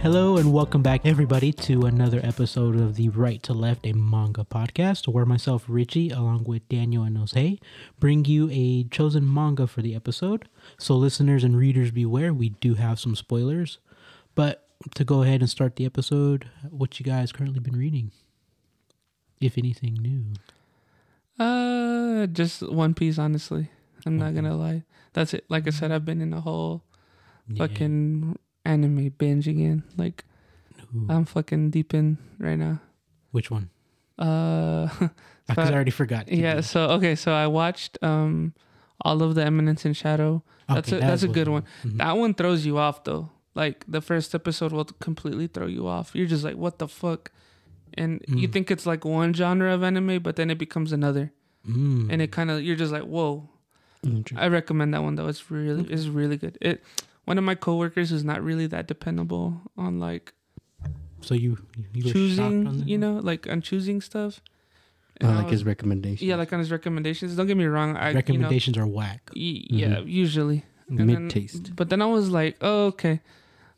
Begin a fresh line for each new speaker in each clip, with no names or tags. Hello and welcome back, everybody, to another episode of the Right to Left, a manga podcast, where myself, Richie, along with Daniel and Jose, bring you a chosen manga for the episode. So, listeners and readers, beware, we do have some spoilers. But to go ahead and start the episode, what you guys currently been reading, if anything new?
Uh, just One Piece. Honestly, I'm not gonna lie. That's it. Like I said, I've been in a whole
Mm-hmm. Yeah.
fucking anime binge again. Like
Ooh,
I'm fucking deep in right now.
which one?
Uh, so
Because I already forgot. Keep
yeah.
going.
So okay. So I watched um all of the Eminence in Shadow. That's
Okay,
a,
that
that's a
was
good
one. Mm-hmm.
one. That one throws you off though. Like the first episode will completely throw you off. You're just like, what the fuck. And you
Mm.
think it's like one genre of anime, but then it becomes another,
Mm.
and it kind of you're just like, whoa, I recommend that one though. It's
Mm.
really it's really good. It one of my coworkers is not really that dependable on like
so you you were shocked on
choosing,
that
you
one?
know, like on choosing stuff. And
Uh,
I
like
was-
his recommendation.
Um, yeah, like on his recommendations. Don't get me wrong. I
recommendations
recommendations.
are whack.
Mm-hmm.
yeah, usually And then-
mid taste.
But then I was like, oh okay,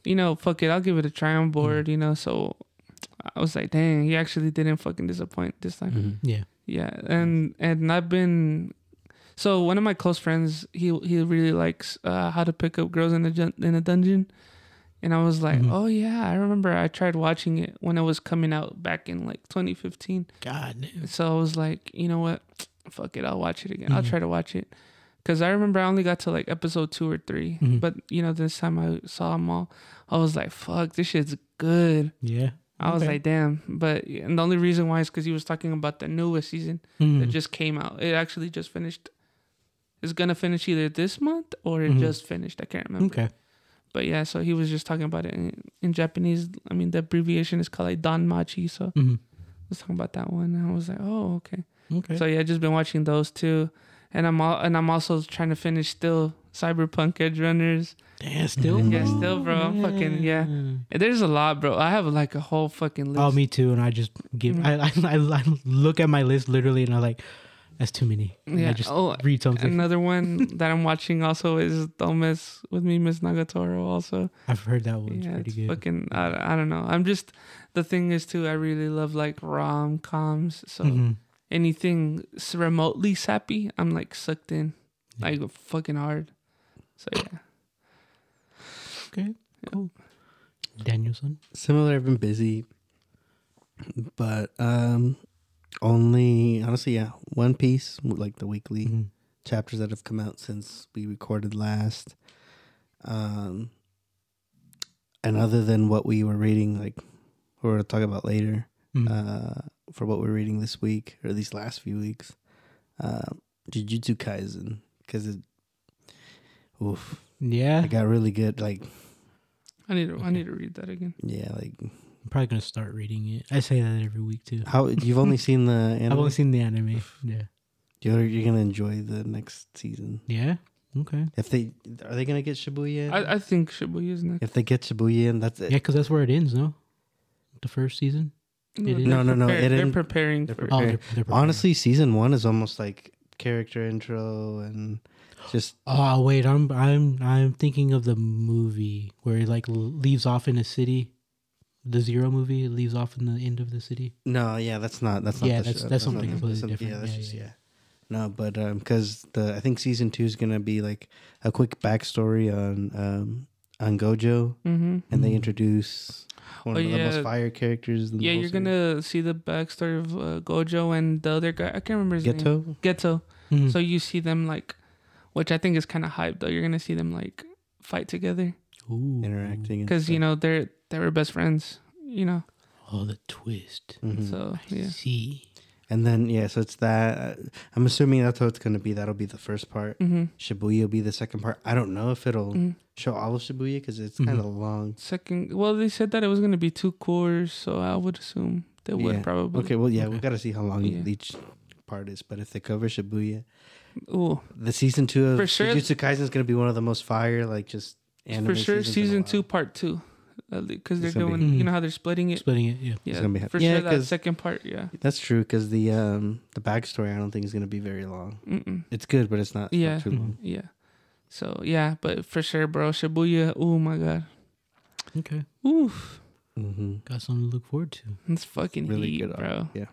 you know, fuck it, I'll give it a try
Mm-hmm.
on board. You know, so I was like, dang, he actually didn't fucking disappoint this time.
Mm-hmm.
Yeah.
Yeah, and and I've been so one of my close friends he he really likes uh, how to pick up girls in a jun- in a dungeon, and I was like,
Mhm.
oh yeah, I remember I tried watching it when it was coming out back in like 2015.
God. damn.
So I was like, you know what, fuck it, I'll watch it again. I'll
Mhm.
try to watch it because I remember I only got to like episode two or 3
Mhm.
but you know this time I saw them all, I was like, fuck, this shit's good.
Yeah.
I was
Okay.
like, damn. But and the only reason why is because he was talking about the newest season
Mm.
that just came out. It actually just finished. It's gonna finish either this month or it
Mhm.
just finished. I can't remember.
Okay.
But yeah, so he was just talking about it in, in Japanese. I mean, the abbreviation is called like Danmachi. So I
Mhm.
was talking about that one, and I was like, oh, okay.
Okay.
So yeah, just been watching those two, and I'm all, and I'm also trying to finish still Cyberpunk Edge Runners.
yeah, still.
Yeah, still, bro. I'm fucking yeah. There's a lot, bro. I have like a whole fucking list.
Oh, me too. And I just give. I, I
Mm-hmm.
I I look at my list literally, and I'm like, that's too many. And I
Yeah.
just
Oh,
read something.
Another one that I'm watching also is Don't Mess With Me, Miss Nagatoro also.
I've heard that one's
yeah,
pretty
it's
good.
fucking, I, I don't know. I'm just, the thing is too, I really love like rom-coms. So
Mm-hmm.
Mhm.
anything s- remotely sappy, I'm like sucked in. Like fucking hard. So yeah.
Okay. Cool. Danielson.
Similar, I've been busy, but um, only honestly, yeah, One Piece, like the weekly
Mhm.
Mm-hmm.
chapters that have come out since we recorded last. Um, and other than what we were reading, like we're gonna talk about later,
Mhm.
uh, for what we're reading this week or these last few weeks, uh, Jujutsu Kaisen, because it, oof,
yeah.
it got really good. Like,
I need to, I need to read that again.
yeah, like
I'm probably gonna start reading it. I say that every week too.
How you've only seen the anime?
I've only seen the anime. Yeah.
You're, you're gonna enjoy the next season.
Yeah. Okay.
If they are they gonna get Shibuya? in?
I, I think Shibuya is next.
if they get Shibuya, and that's it.
Yeah, because that's where it ends, no? The first season. it is.
No, no, no,
prepared-
it
they're
ain't-
preparing
they're
for
preparing.
they're preparing.
Honestly, season one is almost like character intro and just
Oh wait, I'm I'm I'm thinking of the movie where he like l- leaves off in a city, the Zero movie it leaves off in the end of the city.
no. Yeah, that's not that's not.
Yeah,
the
that's-
show.
that's
not
something
the-
completely
some-
different.
Yeah, that's
Yeah,
just
yeah,
yeah.
yeah.
No, but um, because the I think season two is gonna be like a quick backstory on um on Gojo,
hmm
and they
Mm.
introduce one
Oh,
of the
yeah.
most fire characters. In the
Yeah,
whole
you're gonna see the backstory of uh, Gojo and the other guy. I can't remember his
series.
name.
Geto.
Ghetto.
Hmm.
Mhm.
So you see them like, which I think is kind of hype though. You're gonna see them like fight together
Ooh.
interacting and
because you
stuff.
know they're they were best friends. You know,
Oh, the twist.
Mhm.
so Oh, yeah.
See.
And then yeah, so it's that. I'm assuming that's how it's gonna be. That'll be the first part.
hmm
Shibuya will be the second part. I don't know if it'll
Mhm.
show all of Shibuya because it's
Mm-hmm.
kind of long.
Second, well, they said that it was gonna be two cores, so I would assume they would
Yeah.
probably.
Okay, well yeah,
Okay.
we gotta see how long
Yeah.
each part is. But if they cover Shibuya,
Ooh,
The season two of
For sure-
Jujutsu Kaisen is going to be one of the most fire, like just anime
for sure,
seasons in a
season
while.
two, part two, because they're
It's gonna Mm.
going.
be-
you know how they're splitting it.
Splitting it, yeah.
Yeah,
gonna be-
for
Yeah,
sure. That
'cause-
second part, yeah.
That's true because the um the backstory I don't think is going to be very long.
Mm-mm.
It's good, but it's not, it's not
Yeah.
too long.
Yeah. So yeah, but for sure, bro, Shibuya. Oh my god.
Okay.
Oof.
hmm
Got something to look forward to.
That's fucking
Really
heat,
good, uh,
bro.
yeah.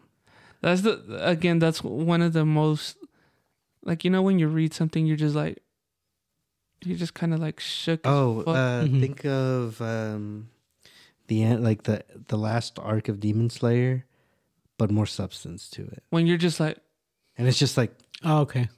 That's the again. That's one of the most, like you know, when you read something, you're just like, you're just kind of like shook. as
Oh,
fuck.
uh,
Mhm.
think of um the end, like the the last arc of Demon Slayer, but more substance to it,
when you're just like,
and it's just like
Oh, okay.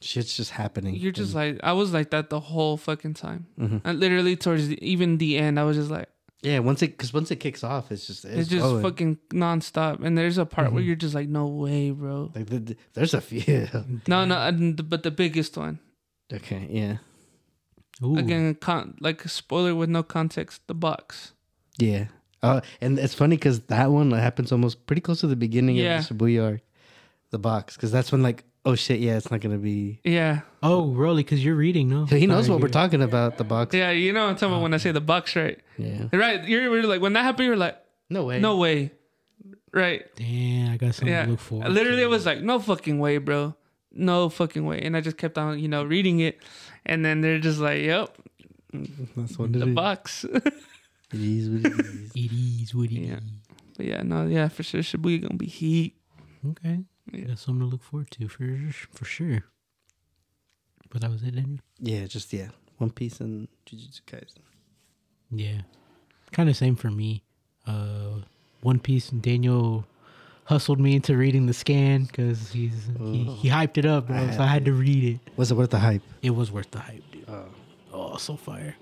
shit's just happening.
you're just like, I was like that the whole fucking time.
Mhm.
And literally towards the, even the end, I was just like,
yeah, once it because once it kicks off, it's just it's, Mm-hmm.
it's, just
going.
fucking nonstop. And there's a part where
Mhm.
you're just like, no way, bro.
Like the, the- there's a few.
No, no, and the- but the biggest one
okay, yeah,
Ooh.
again, con- like a spoiler with no context. The box.
yeah. Uh, and it's funny because that one happens almost pretty close to the beginning
Yeah.
of the Shibuya arc, the box, because that's when like oh shit, yeah, it's not gonna be.
Yeah,
Oh, really? Because you're reading, no?
He knows
Sorry,
what we're
dude.
talking about. The box.
yeah, you know what I'm talking about when I say the box, right?
Yeah.
Right, you're, you're like when that happened, you're like,
No way.
no way, right?
Damn, I got something
Yeah,
to look forward
literally, I was like, no fucking way, bro, no fucking way, and I just kept on, you know, reading it, and then they're just like, yep,
That's what it
the
is.
box.
It is what it is.
to. It is what it is.
Yeah. But yeah, no, yeah, for sure. Shibuya gonna be heat.
Okay.
Yeah.
Got something to look forward to for, for sure. But that was it, then?
Yeah, just yeah. One Piece and Jujutsu Kaisen.
Yeah. Kind of same for me. Uh, One Piece and Daniel hustled me into reading the scan because he's he, he hyped it up, bro. so I had to read it.
Was it worth the hype?
It was worth the hype, dude. oh, so fire.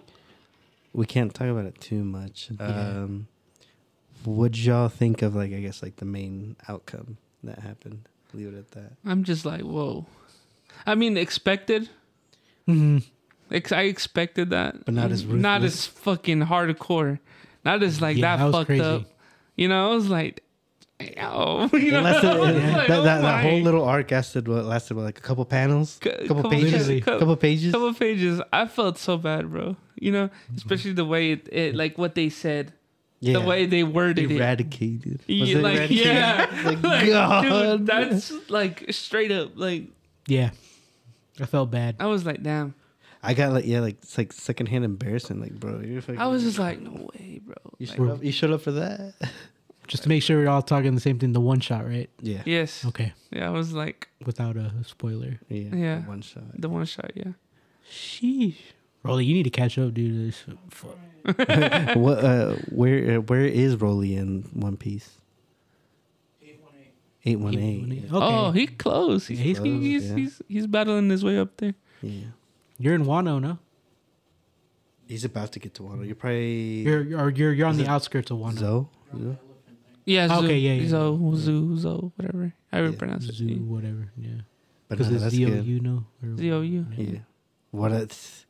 We can't talk about it too much.
Yeah.
Um, what y'all think of like I guess like the main outcome that happened? Leave it at that.
I'm just like, whoa. I mean, expected.
hmm
Ex- I expected that,
But not as
not
ruthless.
as fucking hardcore, not as like
Yeah,
that,
that was
fucked
crazy.
up. You know, I was like, oh, you know,
Unless it-
I was
that,
like,
that,
oh
that
my.
whole little arc lasted what lasted what, like a couple panels,
Cou-
couple,
couple
pages,
pages,
cou-
couple pages.
couple pages. I felt so bad, bro. You know, especially the way it, it like what they said,
yeah,
the way they worded it.
eradicated. Was
Yeah,
it
like,
eradicated?
yeah.
Like,
Like,
God,
dude, that's like straight up. Like
Yeah. I felt bad.
I was like, damn.
I got like yeah, like it's like secondhand embarrassment. Like, bro, you're fucking,
I was just like, no way, bro.
you
Like,
showed up, you showed up for that.
Just to make sure we're all talking the same thing, the one shot, right?
Yeah,
yes.
Okay.
Yeah, I was like
Without a spoiler.
yeah,
Yeah.
One shot.
the one shot. Yeah.
Sheesh. Rolly, you need to catch up, dude. This- fuck.
what uh where uh, where is Broly in One Piece? Eight one eight.
Okay.
Oh, he close. He's
Yeah, he's
he's,
close,
he's,
yeah.
he's he's battling his way up there.
Yeah.
You're in Wano, no?
He's about to get to Wano. You're probably
You're you're you're, you're on
Is
the
it
outskirts of Wano.
Zo. Zo?
Yeah. Zoo,
Okay, yeah, yeah,
Zo, Zoo, Zo, whatever. However you
Yeah,
pronounce it.
Zoo, whatever. Yeah.
But no,
Because it's
that's
Z O
good.
U, no? Or-
ZOU.
Yeah. What it's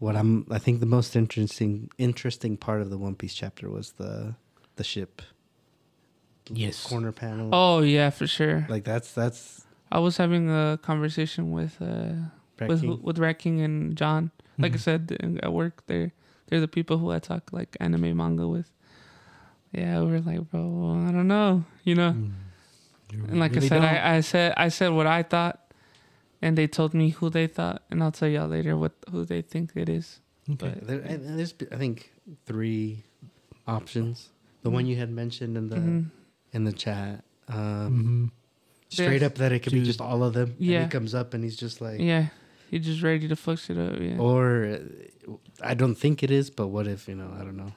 what I'm I think the most interesting interesting part of the One Piece chapter was the the ship. The little
Yes.
Corner panel.
Oh yeah, for sure.
Like that's that's
I was having a conversation with uh with
cracking.
with Racking and John.
Mm.
Like
Mm-hmm.
I said in- at work, they're they're the people who I talk like anime manga with. Yeah, we were like, bro, I don't know, you know.
Mm.
And like I
Really
said,
don't.
I, I said I said what I thought, and they told me who they thought, and I'll tell y'all later what who they think it is.
Okay.
there, and there's I think three options. The one you had mentioned in the
Mhm.
in the chat. Um
Mhm.
straight
Yeah.
up that it could be
Dude.
just all of them. And
Yeah.
he comes up and he's just like, Oh.
Yeah, you just ready to fuck shit up. Yeah,
or uh, I don't think it is, but what if you know? I don't know.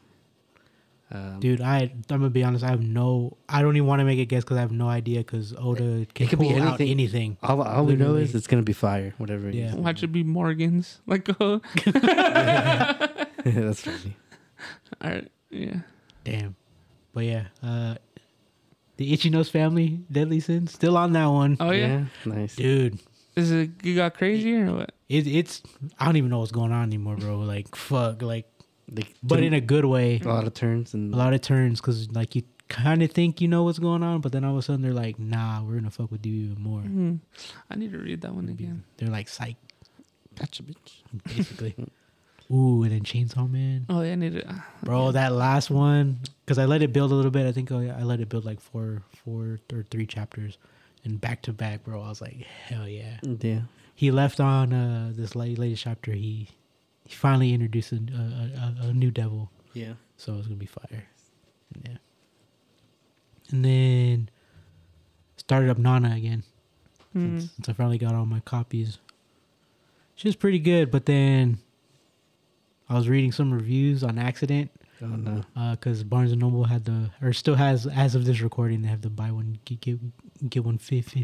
Um,
Mm-hmm. Dude, I I'm gonna be honest. I have no. I don't even want to make a guess because I have no idea. Because Oda can
could be
pull out
anything.
anything.
all, all we know
literally.
is it's gonna be fire, whatever. It
Yeah.
is.
watch it be Morgan's. Like, oh,
that's funny.
all right, yeah.
Damn. But yeah, uh, the Itchy Nose family, Deadly Sin, still on that one,
Oh yeah,
nice.
dude.
is it you got crazy or what?
It, it's I don't even know what's going on anymore, bro. Like fuck, like
They
but
took
in a good way.
a lot of turns and
A lot of turns because like you kind of think you know what's going on, but then all of a sudden they're like, nah, we're gonna fuck with you even more.
Mhm. I need to read that one
Be-
again.
They're like psych,
Gotcha, bitch.
basically. Ooh, and then Chainsaw Man,
Oh yeah, I need to. ah,
bro. That last one, because I let it build a little bit. I think oh, I I let it build like four, four or three chapters, and back to back, bro. I was like, hell yeah.
Yeah.
He left on uh, this late, latest chapter. He he finally introduced a, a, a, a new devil.
Yeah.
So it's gonna be fire. Yeah. And then started up Nana again
mhm.
since, since I finally got all my copies. She was pretty good, but then I was reading some reviews on accident
Oh no.
because Barnes and Noble had the or still has as of this recording they have the buy one get get, get one fifty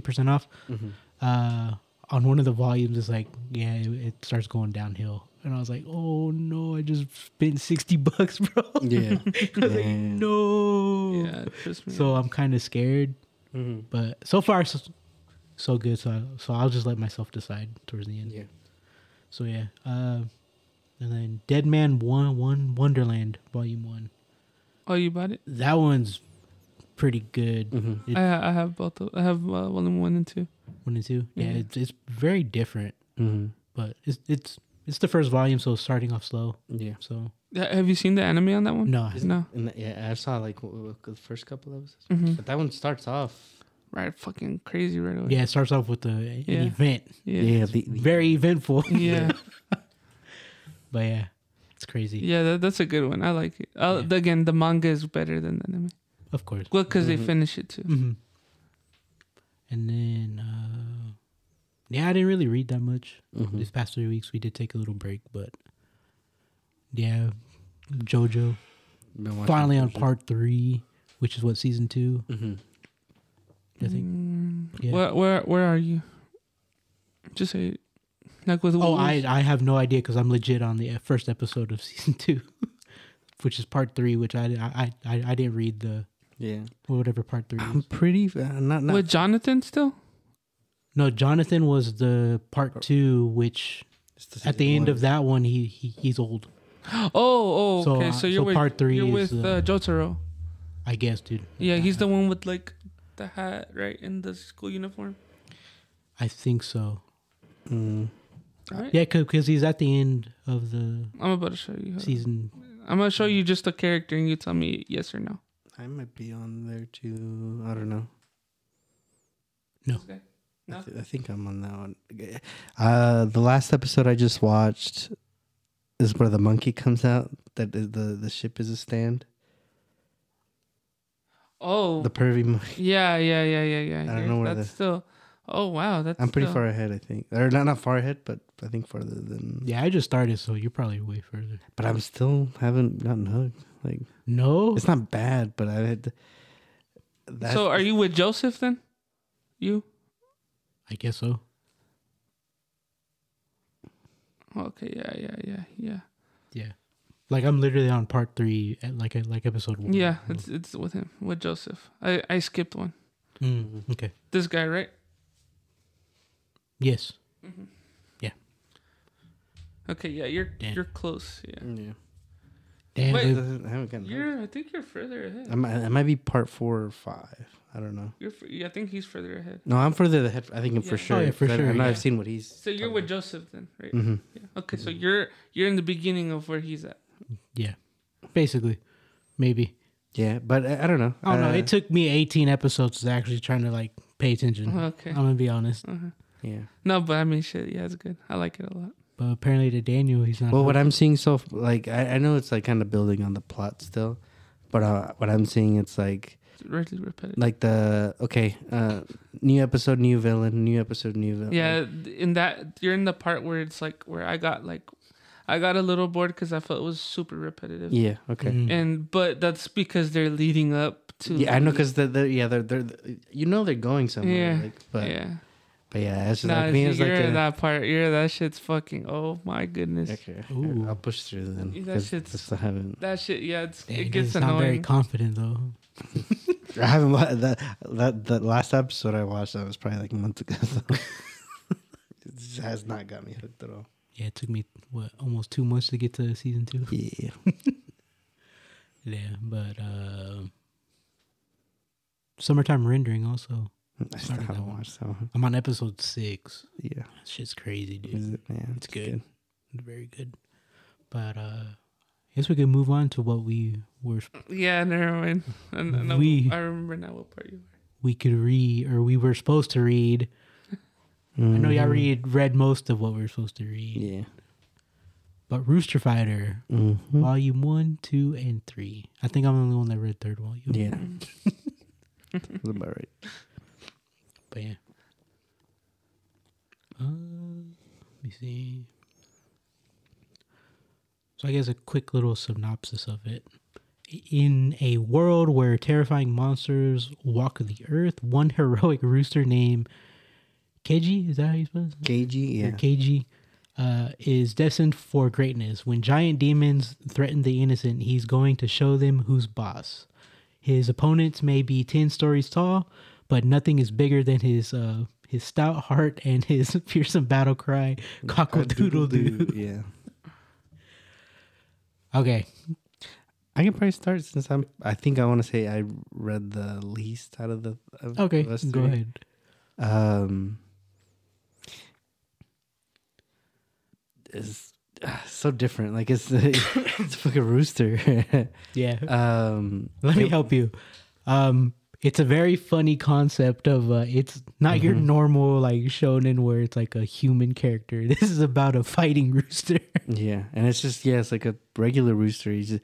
percent off uh, on one of the volumes, it's like, yeah, it, it starts going downhill. And I was like, oh no, I just spent 60 bucks, bro.
Yeah.
I was like,
Man.
no.
Yeah, trust me.
So I'm kind of scared,
Mm-hmm.
but so far, so, so good. So, I, so I'll just let myself decide towards the end.
Yeah.
So yeah. Uh, and then Dead Man 1 1 Wonderland Volume 1.
oh, you bought it?
That one's pretty good.
Mm-hmm.
It-
I ha- I have both. Of, I have uh, volume one and two.
One and two. Yeah,
Yeah.
It's, it's very different,
Mm-hmm.
but it's, it's, it's the first volume, so it's starting off slow.
Yeah.
So
Yeah, Uh, Have you seen the anime on that one?
no, I-
No.
And th- yeah, I saw like w- w- the first couple of episodes,
hmm
but that one starts off.
Right, fucking crazy right away.
Yeah, it starts off with the, an
Yeah.
event.
yeah, yeah.
the,
Very eventful.
yeah.
but yeah, it's crazy.
that, that's a good one. I like it. Uh,
Yeah.
the- Again, the manga is better than the anime.
Of course.
Well, because they
Mhm.
finish it too.
hmm And then, uh, yeah, I didn't really read that much.
Mhm.
These past three weeks, we did take a little break, but yeah, JoJo.
Been watching
Finally on
Fusion.
part three, which is what, season two,
Mhm.
I think.
Mm,
Yeah.
Where where where are you? Just say it. like
Mm-hmm.
with
Oh,
what
I,
was-
I have no idea because I'm legit on the uh, first episode of season two, which is part three, which I, I, I, I didn't read the
Yeah.
whatever part three
I'm
is.
pretty. Uh, not not.
with Jonathan still.
No, Jonathan was the part
Part-
two, which
it's the
at
season
the end
one.
of that one, he, he he's old,
Oh oh
So,
okay.
uh,
So,
so
you're with
part three
You're
is,
with uh,
uh,
Jotaro.
I guess, dude.
Yeah, he's
Uh-huh.
the one with like the hat right in the school uniform.
I think so.
Mm.
Right?
Yeah, because he's at the end of the
I'm about to show you. Hold on.
season.
I'm gonna show you just a character and you tell me yes or no.
I might be on there too. I don't know.
No.
Okay. No?
I, th- I think I'm on that one. Uh, the last episode I just watched is where the monkey comes out. That is the the ship is a stand.
Oh.
The pervy monkey.
yeah, yeah, yeah, yeah, yeah.
don't
You're-
know where
that's
the-
still. Oh wow, that's.
I'm pretty
still-
far ahead, I think. Or not not far ahead, but I think farther than.
Yeah, I just started, so you're probably way further.
But I'm still haven't gotten hooked. Like
No,
it's not bad, but I had. That's,
So are you with Joseph then? You
I guess so.
okay? Yeah, yeah, yeah, yeah,
Yeah, like I'm literally on part three, at like like episode
Mm-hmm.
one.
yeah. It's it's with him with Joseph. I I skipped one.
Mm, okay.
This guy, right? Mm-hmm.
Yes.
Okay, yeah. You're
Damn.
you're close. Yeah.
Yeah.
Damn.
Wait.
I
dude.
haven't gotten. hooked.
You're. I think you're further ahead.
I might, I might be part four or five. I don't know.
You're. fur- Yeah, I think he's further ahead.
No, I'm further ahead. I think I'm
Yeah.
for sure.
Oh, yeah, for
I,
sure,
I know
yeah.
I've seen what he's.
So you're with Joseph then, right?
hmm
Yeah. Okay, so you're you're in the beginning of where he's at.
Yeah.
uh,
Basically, maybe.
Yeah, but I, I don't know.
I don't know.
Uh,
It took Oh, me 18 episodes to actually trying to like pay
Mm-hmm.
attention.
Okay.
I'm gonna be honest.
Uh-huh.
yeah.
No, but I mean, shit. Yeah, it's good. I like it a lot.
But apparently to Daniel, he's not.
Well, what I'm seeing so f- like I, I know it's like kind of building on the plot still, but uh, what I'm seeing it's like
It's really repetitive.
like the okay uh, new episode, new villain, new episode, new villain.
yeah, in that you're in the part where it's like where I got like, I got a little bored because I felt it was super repetitive.
Yeah. Okay.
Mm.
And but that's because they're leading up to.
Yeah, I know because they're, they're yeah they're they're you know they're going somewhere.
Yeah.
Like, but
yeah.
but yeah, it's just
Nah,
like me.
see,
It's like
you're in
a,
that part. You're that shit's fucking. Oh my goodness.
okay.
Ooh.
I'll push through then.
That
'cause
shit's-
I still haven't.
That shit. Yeah, it's,
Dang,
it
you
gets
sound very
annoying.
confident though.
I haven't wa- that that that last episode I watched that was probably like a month ago. So. it just has not got me hooked at all.
Yeah, it took me what almost two months to get to season two.
Yeah.
Yeah, but uh, summertime rendering also.
I still
Started that
haven't
one.
watched that one.
I'm on episode six.
Yeah.
That shit's crazy, dude.
Is it? Yeah.
It's good. Very good. But uh, I guess we can move on to what we were
Yeah, never mind. I, I, know-
We-
I remember now what part you were.
we could read or we were supposed to read. I know y'all read read most of what we were supposed to read.
Mm-hmm. Yeah.
But Rooster Fighter,
Mm-hmm.
volume one, two, and three. I think I'm the only one that read third volume.
Yeah.
Mm-hmm.
That's about right.
But yeah. Uh, let me see. So I guess a quick little synopsis of it. In a world where terrifying monsters walk the earth, one heroic rooster named Keiji, is that how you spell his
KG,
or
yeah.
KG, uh, is destined for greatness. When giant demons threaten the innocent, he's going to show them who's boss. His opponents may be ten stories tall, but nothing is bigger than his uh, his stout heart and his fearsome battle cry, cockle doo.
Yeah.
Okay,
I can probably start since I'm. I think I want to say I read the least out of the. Of
okay,
us
go
three.
ahead.
Um, is ah, so different. Like it's it's a fucking rooster.
Yeah,
um,
let me
it-
help you. Um, it's a very funny concept of uh, it's not your normal like shonen where it's like a human character. This is about a fighting rooster.
Yeah, and it's just yeah, it's like a regular rooster. He just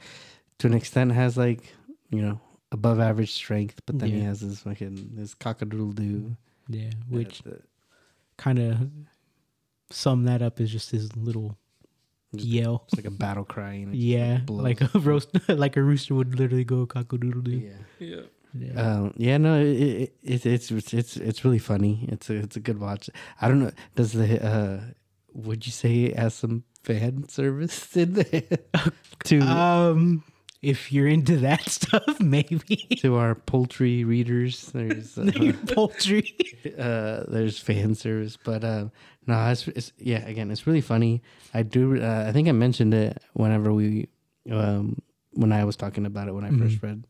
to an extent has like you know above average strength, but then he
Yeah.
has this fucking this cockadoodle doo.
yeah, which kind of sum that up is just his little
Just-
yell.
it's like a battle cry. And it just,
Yeah,
blows.
like a roast, like a rooster would literally go cockadoodle doo.
yeah.
Yeah.
Yeah.
Um, yeah, no, it, it, it, it's it's it's it's really funny. It's a it's a good watch. I don't know. Does the uh, would you say it has some fan service in there to
Um, if you're into that stuff, maybe
to our poultry readers? There's uh,
poultry.
uh, there's fan service, but uh, no, it's, it's yeah. Again, it's really funny. I do. Uh, I think I mentioned it whenever we um, when I was talking about it when I first
Mhm.
read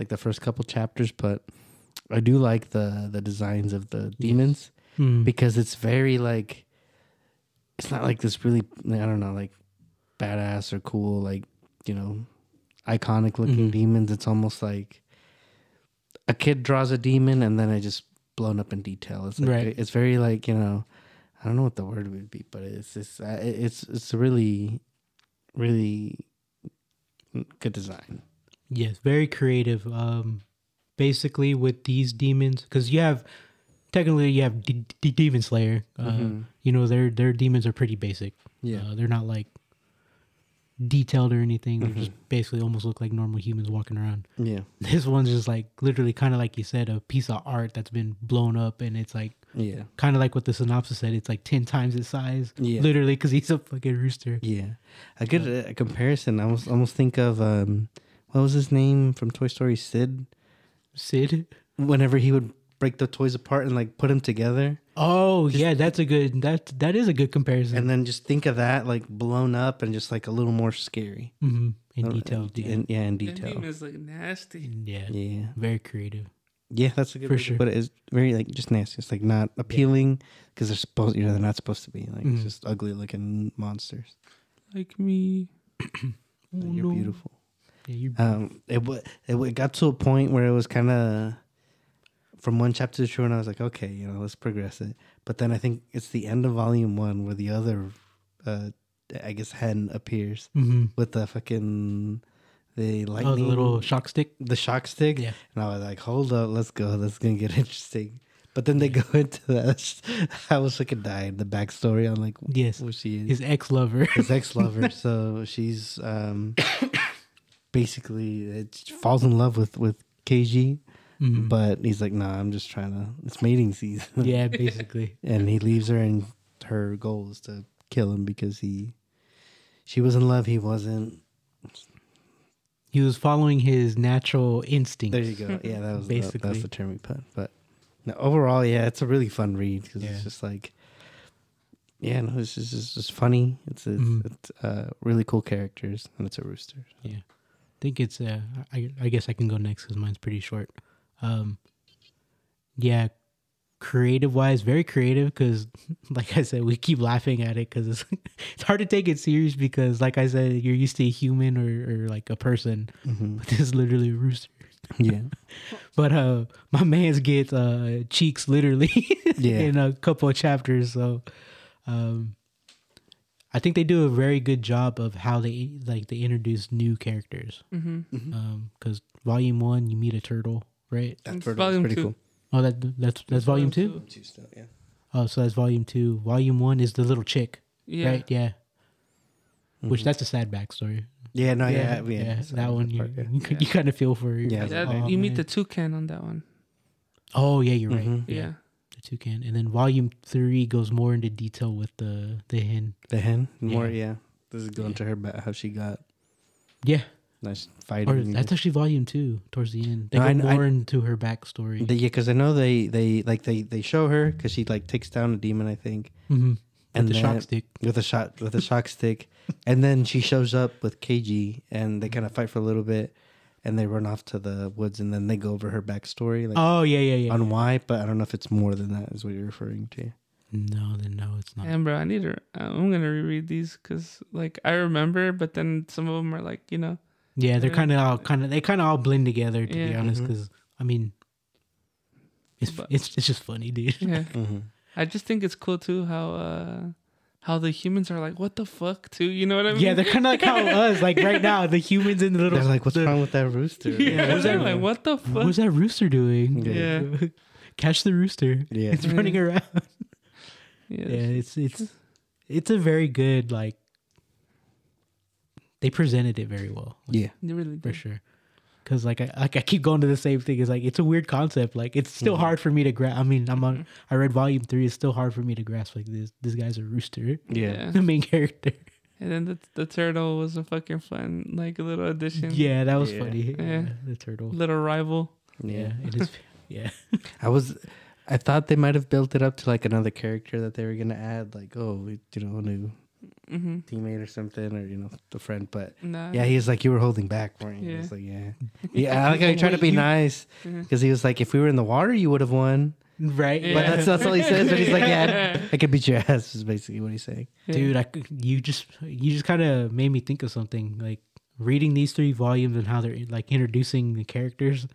like the first couple chapters, but I do like the the designs of the demons.
Hmm.
because it's very like it's not like this really I don't know like badass or cool like you know iconic looking
Mhm.
demons. It's almost like a kid draws a demon and then it just blown up in detail. It's like,
Right.
It's very like you know I don't know what the word would be, but it's it's uh, it- it's it's a really really good design.
Yes, very creative. Um, basically with these demons, because you have technically you have D- D- Demon Slayer. Uh,
Mhm.
You know their their demons are pretty basic.
Yeah.
Uh, they're not like detailed or anything. They just basically almost look like normal humans walking around.
Yeah.
This one's just like literally kind of like you said, a piece of art that's been blown up, and it's like
Yeah.
kind of like what the synopsis said. It's like ten times its size,
Yeah.
literally, because he's a fucking rooster.
Yeah, a good uh, comparison. I almost almost think of um, what was his name from Toy Story? Sid.
Sid.
Whenever he would break the toys apart and like put them together,
Oh yeah, that's a good that that is a good comparison.
and then just think of that like blown up and just like a little more scary
hmm In
Uh,
detail,
and- and- yeah, in
That
detail.
demon is like nasty.
yeah,
Yeah,
very creative.
yeah, that's a good
For
way to
sure.
put it. It's very like just nasty. It's like not appealing because they're supposed you know they're not supposed to be like
Mhm.
it's just ugly looking monsters.
Like me.
Oh,
You're
no.
beautiful.
Yeah, you're
um, it, wa- it wa- it got to a point where it was kind of from one chapter to two, and I was like, okay, you know, let's progress it. But then I think it's the end of volume one where the other, uh, I guess, hen appears
Mhm.
with the fucking the
Oh,
lightning,
the little shock stick.
the shock stick,
Yeah.
and I was like, hold up, let's go, this is gonna get interesting. But then they go into that. I was like, dying the backstory on like
Yes,
what she is
his ex lover.
his ex lover. so she's um, basically it falls in love with with KG, but he's like, nah, I'm just trying to. It's mating season,
Mm-hmm. yeah, basically.
and he leaves her, and her goal is to kill him because he, she was in love, he wasn't.
He was following his natural instincts.
There you go. Yeah, that was basically
Basically.
that's the term we put. But no, overall, yeah, it's a really fun read because
Yeah.
it's just like. Yeah, no, it's just, it's just funny. It's, it's,
Mhm.
it's uh, really cool characters, and it's a rooster.
Yeah. think it's uh, I, I guess I can go next because mine's pretty short. Um, yeah, creative wise, very creative because, like I said, we keep laughing at it because it's it's hard to take it serious because, like I said, you're used to a human or, or like a person,
Mhm.
but this is literally a rooster.
Yeah.
But uh, my man's gets uh cheeks literally
Yeah.
in a couple of chapters, so um, I think they do a very good job of how they like they introduce new characters.
Mm-hmm.
Um, because volume one, you meet a turtle, right?
That's
It's
pretty,
volume
pretty
two. Mm-hmm.
cool.
Oh, that that's that's volume two.
Two still, yeah.
Oh, so that's volume two. Volume one is the little chick,
Yeah.
right? Yeah. Which that's a sad backstory.
Yeah, no, Mm-hmm. Oh, yeah, yeah. so
that one you
part, yeah.
you, you kind of feel for. her.
Yeah.
That-
Oh,
you meet the
man.
toucan on that one.
Oh yeah, you're right.
Mhm.
Yeah.
The toucan, and then volume three goes more into detail with the the hen.
The hen more,
Yeah.
yeah. This is going
Yeah.
to her about how she got
Yeah,
nice fighting.
or
and-
that's actually volume two towards the end. They
No,
go
I- I-
more into her backstory.
The- yeah, because I know they they like they they show her because she like takes down a demon, I think,
Mhm. With
and
the shock
then-
stick.
with a shot with a shock stick, and then she shows up with KG, and they kind of fight for a little bit, and they run off to the woods, and then they go over her backstory, like
Oh yeah, yeah, yeah.
on why, but I don't know if it's more than that is what you're referring to.
No, then no, it's not.
And bro, I need to. I'm gonna reread these because like I remember, but then some of them are like you know.
Yeah, they're
Yeah.
kind of all kind of they kind of all blend together to be
Yeah.
honest.
Mhm.
Because I mean, it's
But-
it's it's just funny, dude.
Yeah.
Mm-hmm.
I just think it's cool too how uh how the humans are like what the fuck too. You know what I mean?
yeah, they're kind of like how us, like right now, the humans in the little.
They're like, what's
the-
wrong with that rooster?
Yeah,
Yeah,
they're
whatever.
like what the fuck?
What was that rooster doing?
Yeah.
Catch the rooster!
yeah.
It's running around. Yeah, it's it's it's a very good like. They presented it very well. like,
Yeah.
They really
for
did.
sure. Because like I like I keep going to the same thing. It's like it's a weird concept. Like it's still
Mhm.
hard for me to grasp. I mean, I'm on. I read volume three. It's still hard for me to grasp. Like this, this guy's a rooster,
Yeah.
the main character.
And then the, the turtle was a fucking fun like a little addition.
Yeah, that was
Yeah.
funny.
Yeah.
Yeah, the turtle.
Little rival.
Yeah,
Yeah.
it is. Yeah,
I was, I thought they might have built it up to like another character that they were gonna add, like oh, we- you know, a new
Mm-hmm.
teammate or something, or you know, the friend. But
Nah.
yeah, he was like, you were holding back, weren't you?
Yeah.
Yeah. He's like, yeah, yeah. I like how he tried to
Wait,
be
you-
nice
Yeah.
because he was like, if we were in the water, you would have won.
right.
Yeah.
But that's that's all he says. But he's like, yeah,
Yeah.
I could beat your ass. Is basically what he's saying.
Yeah.
dude, I c- you just you just kind of made me think of something. Like reading these three volumes and how they're like introducing the characters.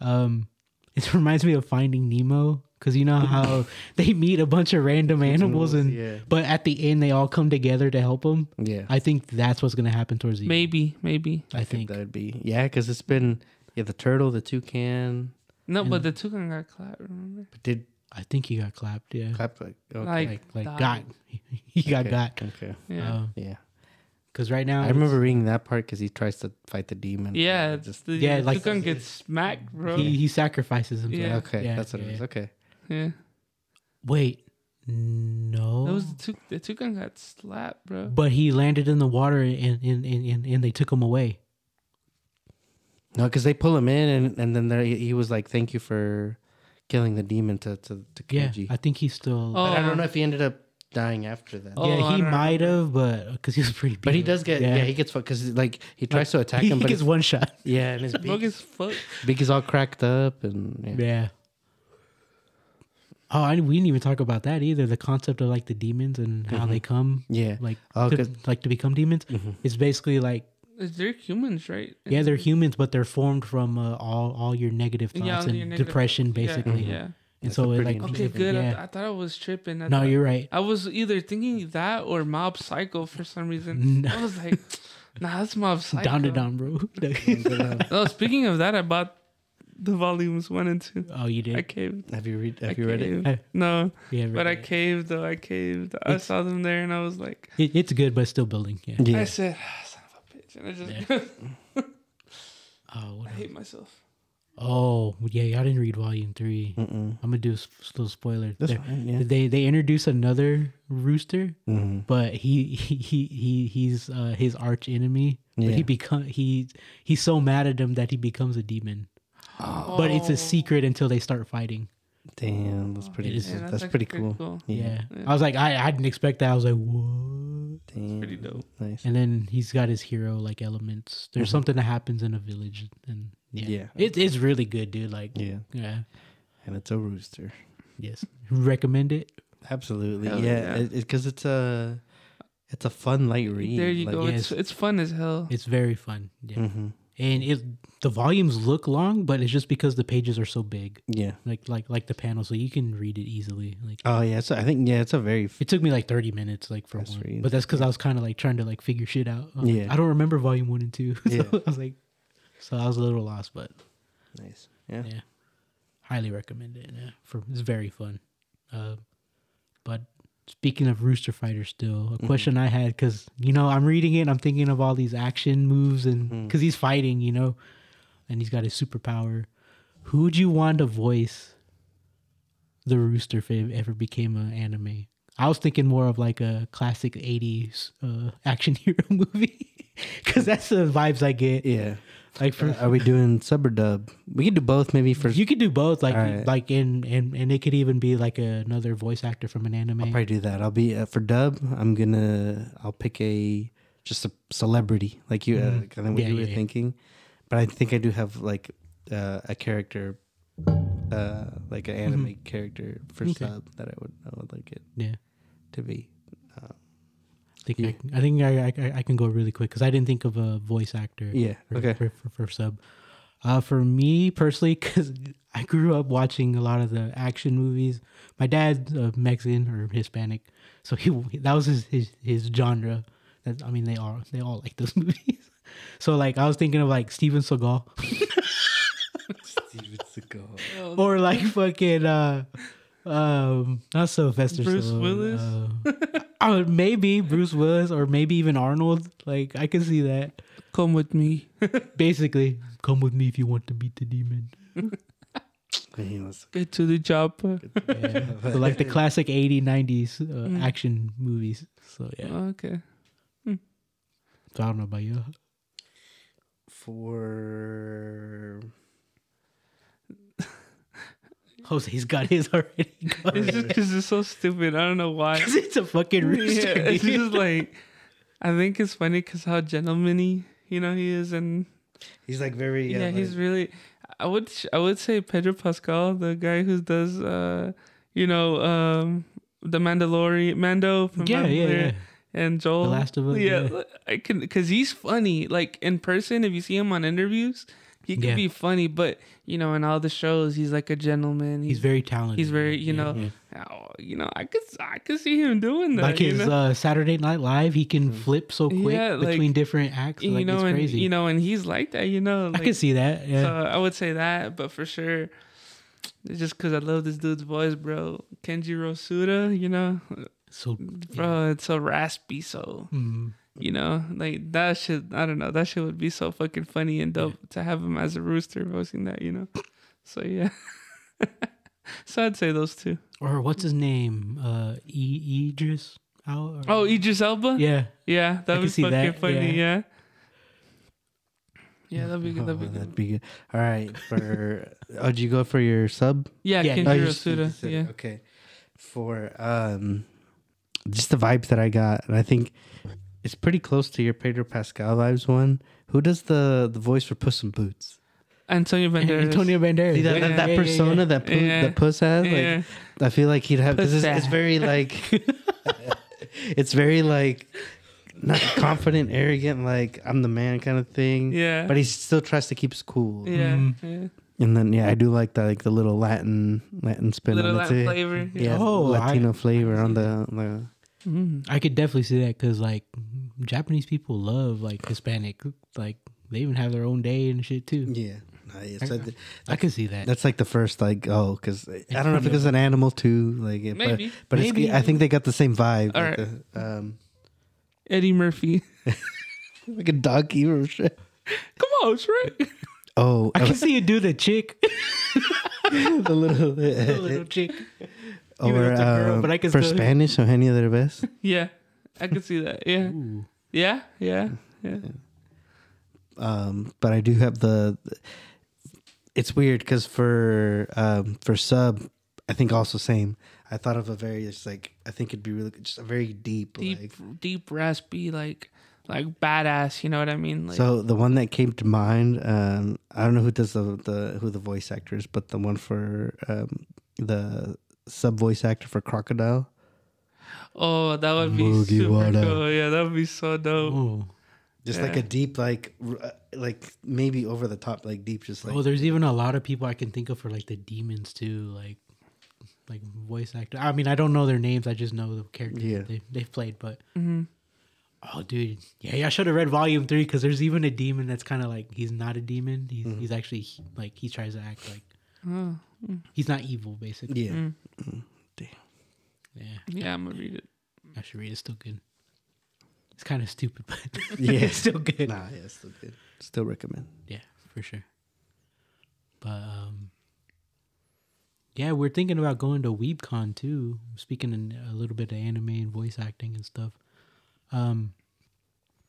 Um, it reminds me of Finding Nemo because you know how they meet a bunch of random animals and
yeah,
But at the end, they all come together to help him.
yeah.
I think that's what's going to happen towards the end.
Maybe, maybe.
I think.
that would be yeah, because it's been yeah the turtle, the toucan.
No, but
And-
the toucan got clapped, remember?
But did
I think he got clapped. Yeah,
clap like okay.
Like-
like like
died.
got. He got
Okay.
got.
okay.
Oh,
Yeah.
Yeah,
Because right now,
I remember reading that part because he tries to fight the demon.
yeah,
It
it's
just
the
Yeah, like-
toucan gets smacked, bro.
he he sacrifices himself.
Yeah.
okay.
Yeah,
that's what
yeah,
it was.
yeah.
Okay,
yeah.
Wait,
That
no.
was the, tou- the toucan got slapped, bro.
but he landed in the water and and, and, and, and they took him away.
no, because they pull him in and and then there, he he was like, "Thank you for killing the demon to to, to
Yeah,
Koji."
I think he's still.
Oh.
But I don't know if he ended up dying after that.
Oh, I
yeah, he
don't
might have, but because he was pretty.
But he
beat
does
up.
get yeah, he gets fucked because like he tries to attack
he,
him, but
gets
his,
one shot.
yeah, and his
Bro
beak,
gets fucked.
beak is all cracked up and yeah.
Yeah. Oh, I, we didn't even talk about that either. The concept of like the demons and how they come,
yeah.
like
Mm-hmm. Oh,
to,
'cause- Mm-hmm.
like to become demons. It's basically like
They're humans, right?
yeah, they're humans, but they're formed from uh, all all your negative
Yeah,
thoughts
all
and
your negative-
depression, basically.
Yeah.
And
Mm-hmm. That's
so
a
it,
pretty
like
Okay,
it-
good. I, th-
Yeah.
I thought I was tripping. I
No,
thought-
you're right.
I was either thinking that or Mob Psycho for some reason.
No.
I was like, nah, that's Mob Psycho.
Down to down, bro.
um,
Oh, speaking of that, I bought the volumes one and two.
oh, you
I
did.
caved.
Have you read? Have
I
you read it?
caved.
I-
No,
yeah, right.
but I caved though. I caved. I
It's-
saw them there and I was like,
It- it's good, but still building. Yeah.
I
Yeah.
said, "Ah, son of a bitch. And I just,
Oh, what
I
else?
hate myself.
oh, yeah. Y'all didn't read volume three. I'm
Mm-mm.
gonna do a s- little spoiler.
That's
There-
fine, yeah.
They they introduce another rooster.
Mhm.
but he he he, he he's uh, his arch enemy. But
Yeah.
he become he he's so mad at him that he becomes a demon. Oh. But it's
Oh.
a secret until they start fighting.
Damn, that's pretty.
It is-
that's,
actually
pretty
pretty
cool.
cool.
Yeah. I was like, I, I didn't expect that. I was like, what?
Damn.
Pretty dope.
Nice.
And then he's got his hero like elements. There's
Mhm.
something that happens in a village, and yeah,
Yeah.
It, it's really good, dude. Like, yeah,
Yeah. And it's a rooster.
yes, recommend it.
Absolutely.
Hell
yeah.
yeah.
Because it, 'cause it's a it's a fun light read.
There you
like,
go.
yes.
It's it's fun as hell.
It's very fun. Yeah,
Mhm.
and it the volumes look long, but it's just because the pages are so big,
Yeah.
like like like the panels, so you can read it easily. Like,
Oh yeah. So I think yeah, it's a very f-
it took me like 30 minutes, like for
That's
one,
really
but that's because I was kind of like trying to like figure shit out. I'm like,
Yeah.
I don't remember volume one and two, so
Yeah.
I was like, so I was a little lost, but
nice. Yeah.
Yeah. highly recommend it. Yeah, for it's very fun. Uh, but speaking of Rooster Fighter, still a question I had because you know I'm reading it, I'm thinking of all these action moves and because he's fighting, you know, and he's got his superpower. Who would you want to voice the Rooster if it ever became an anime? I was thinking more of like a classic '80s uh, action hero movie because that's the vibes I get.
Yeah. Uh,
Like for
Are we doing sub or dub? We could do both maybe for
you could do both, like
Alright.
like in and and it could even be like another voice actor from an
I'll
anime.
probably do that. I'll be uh, for dub. I'm gonna. I'll pick a just a celebrity like you. Uh,
Mhm.
kind of what
Yeah,
you were
yeah, yeah.
thinking, but I think I do have like uh, a character, uh, like an anime character for
Okay.
sub that I would I would like it
Yeah,
to be. Uh,
I think
Yeah.
I, can- I think I, I I can go really quick because I didn't think of a voice actor.
yeah.
for,
Okay.
for, for, for sub. Uh, for me personally, because I grew up watching a lot of the action movies. My dad's uh, Mexican or Hispanic, so he that was his his, his genre. That, I mean, they all they all like those movies. So like, I was thinking of like Steven Seagal
Oh,
or like fucking uh um not Sylvester
Bruce
Stallone,
Willis?
uh, uh, maybe Bruce Willis or maybe even Arnold like I can see that
Come with me.
basically come with me if you want to beat the demon
He was-
Get to the chopper.
yeah. so like the classic 80 90s uh,
Mm.
action movies so yeah
Okay.
so I don't know about you
For
Jose's got his already
It's just because it's so stupid. I don't know why.
'Cause it's a fucking
Yeah,
rooster
it's
dude.
just like I think it's funny because how gentlemanly you know he is, and
he's like very
yeah,
uh,
he's
like-
really. I would sh- I would say Pedro Pascal, the guy who does uh, you know, um, the Mandalorian Mando from
yeah yeah yeah
Mandalorian and Joel.
The Last of Us, yeah.
I can because he's funny. Like in person, if you see him on interviews, he could
Yeah.
be funny, but you know, in all the shows, he's like a gentleman.
he's very talented
he's very
yeah,
you know
yeah.
oh, you know I could I could see him doing that
like
you
his
know? Mm.
uh, Saturday Night Live, he can flip so quick
Yeah, like-
between different acts. Like
you know,
it's
and
crazy.
you know, and he's like that, you know. Like,
I can see that. Yeah,
So I would say that, but for sure, it's just because I love this dude's voice, bro. Kenji Rosuda, you know,
so
bro, it's so raspy, so
mm,
you know, like that shit. I don't know, that shit would be so fucking funny and dope to have him as a rooster voicing that, you know. So yeah, so I'd say those two.
or what's his name? Uh, e- Idris. Al- or-
Oh, Idris Elba.
Mm. yeah,
yeah,
I
that
can
was
see
fucking
that,
funny.
yeah.
Yeah. Yeah, that'd be
Oh,
good. That'd be good.
that'd be good. All right, for oh, did you go for your sub?
Yeah,
Yeah,
Kenji
no,
Oh, you just- you
Rosuda.
just said it.
yeah.
Okay. For um, just the vibes that I got, and I think it's pretty close to your Pedro Pascal vibes one. Who does the the voice for Puss in Boots?
Antonio
And
Banderas.
Antonio Banderas.
See that,
yeah,
that, that
yeah, yeah,
persona
yeah.
that Pu-
Yeah.
that Puss has.
Yeah.
Like, mm, I feel like he'd have. 'cause It's,
Puss.
it's very like. it's very like, not confident, arrogant, like I'm the man kind of thing.
yeah.
But he still tries to keep his cool.
yeah.
Mm.
yeah.
And then yeah, I do like that, like the little Latin Latin spin
Little
on
that
it too.
flavor.
Yeah,
Oh,
Latino flavor
see
on the, on the
Mm.
I could definitely see that because like Japanese people love like Hispanic, like they even have their own day and shit too.
yeah. No, yeah, so th-
I could see that.
that's like the first like oh because I don't know if it was an animal too like it, but
Maybe.
but
Maybe.
It's, I think they got the same vibe
All
like,
right.
the, um,
Eddie Murphy.
like a donkey or shit.
Come on, Shrek.
Oh,
I can see you do the chick,
the little,
the little chick. even though
or
it's a girl,
um,
but I can
for
still-
Spanish Eugenio Derbez.
yeah. I could see that. Yeah.
Ooh.
Yeah. Yeah. Yeah.
um, but I do have the. It's weird because for um, for sub, I think also same. I thought of a very just like I think it'd be really just a very deep,
deep,
like
deep, raspy, like like badass. You know what I mean? Like,
so the one that came to mind, um, I don't know who does the, the who the voice actor is, but the one for um, the sub voice actor for Crocodile.
oh, that would be super
Mugiwara.
cool. Yeah, that would be so dope.
Oh,
Just like
Yeah.
a deep, like r- uh, like maybe over the top, like deep, just like
oh, there's even a lot of people I can think of for like the demons too, like like voice actor. I mean, I don't know their names. I just know the characters
Yeah.
they they've played. But
hmm
oh, dude, yeah, yeah I should have read Volume Three because there's even a demon that's kind of like he's not a demon. He's
Mm-hmm.
he's actually he- like he tries to act like
Oh,
he's not evil, basically.
yeah.
mm.
Yeah,
Yeah, I'm gonna read it.
I should read. It's still good. It's kind of stupid, but
Yeah.
it's still good.
Nah, yeah, still good. Still recommend.
Yeah, for sure. But um yeah, we're thinking about going to WeebCon too. Speaking in a little bit of anime and voice acting and stuff. Um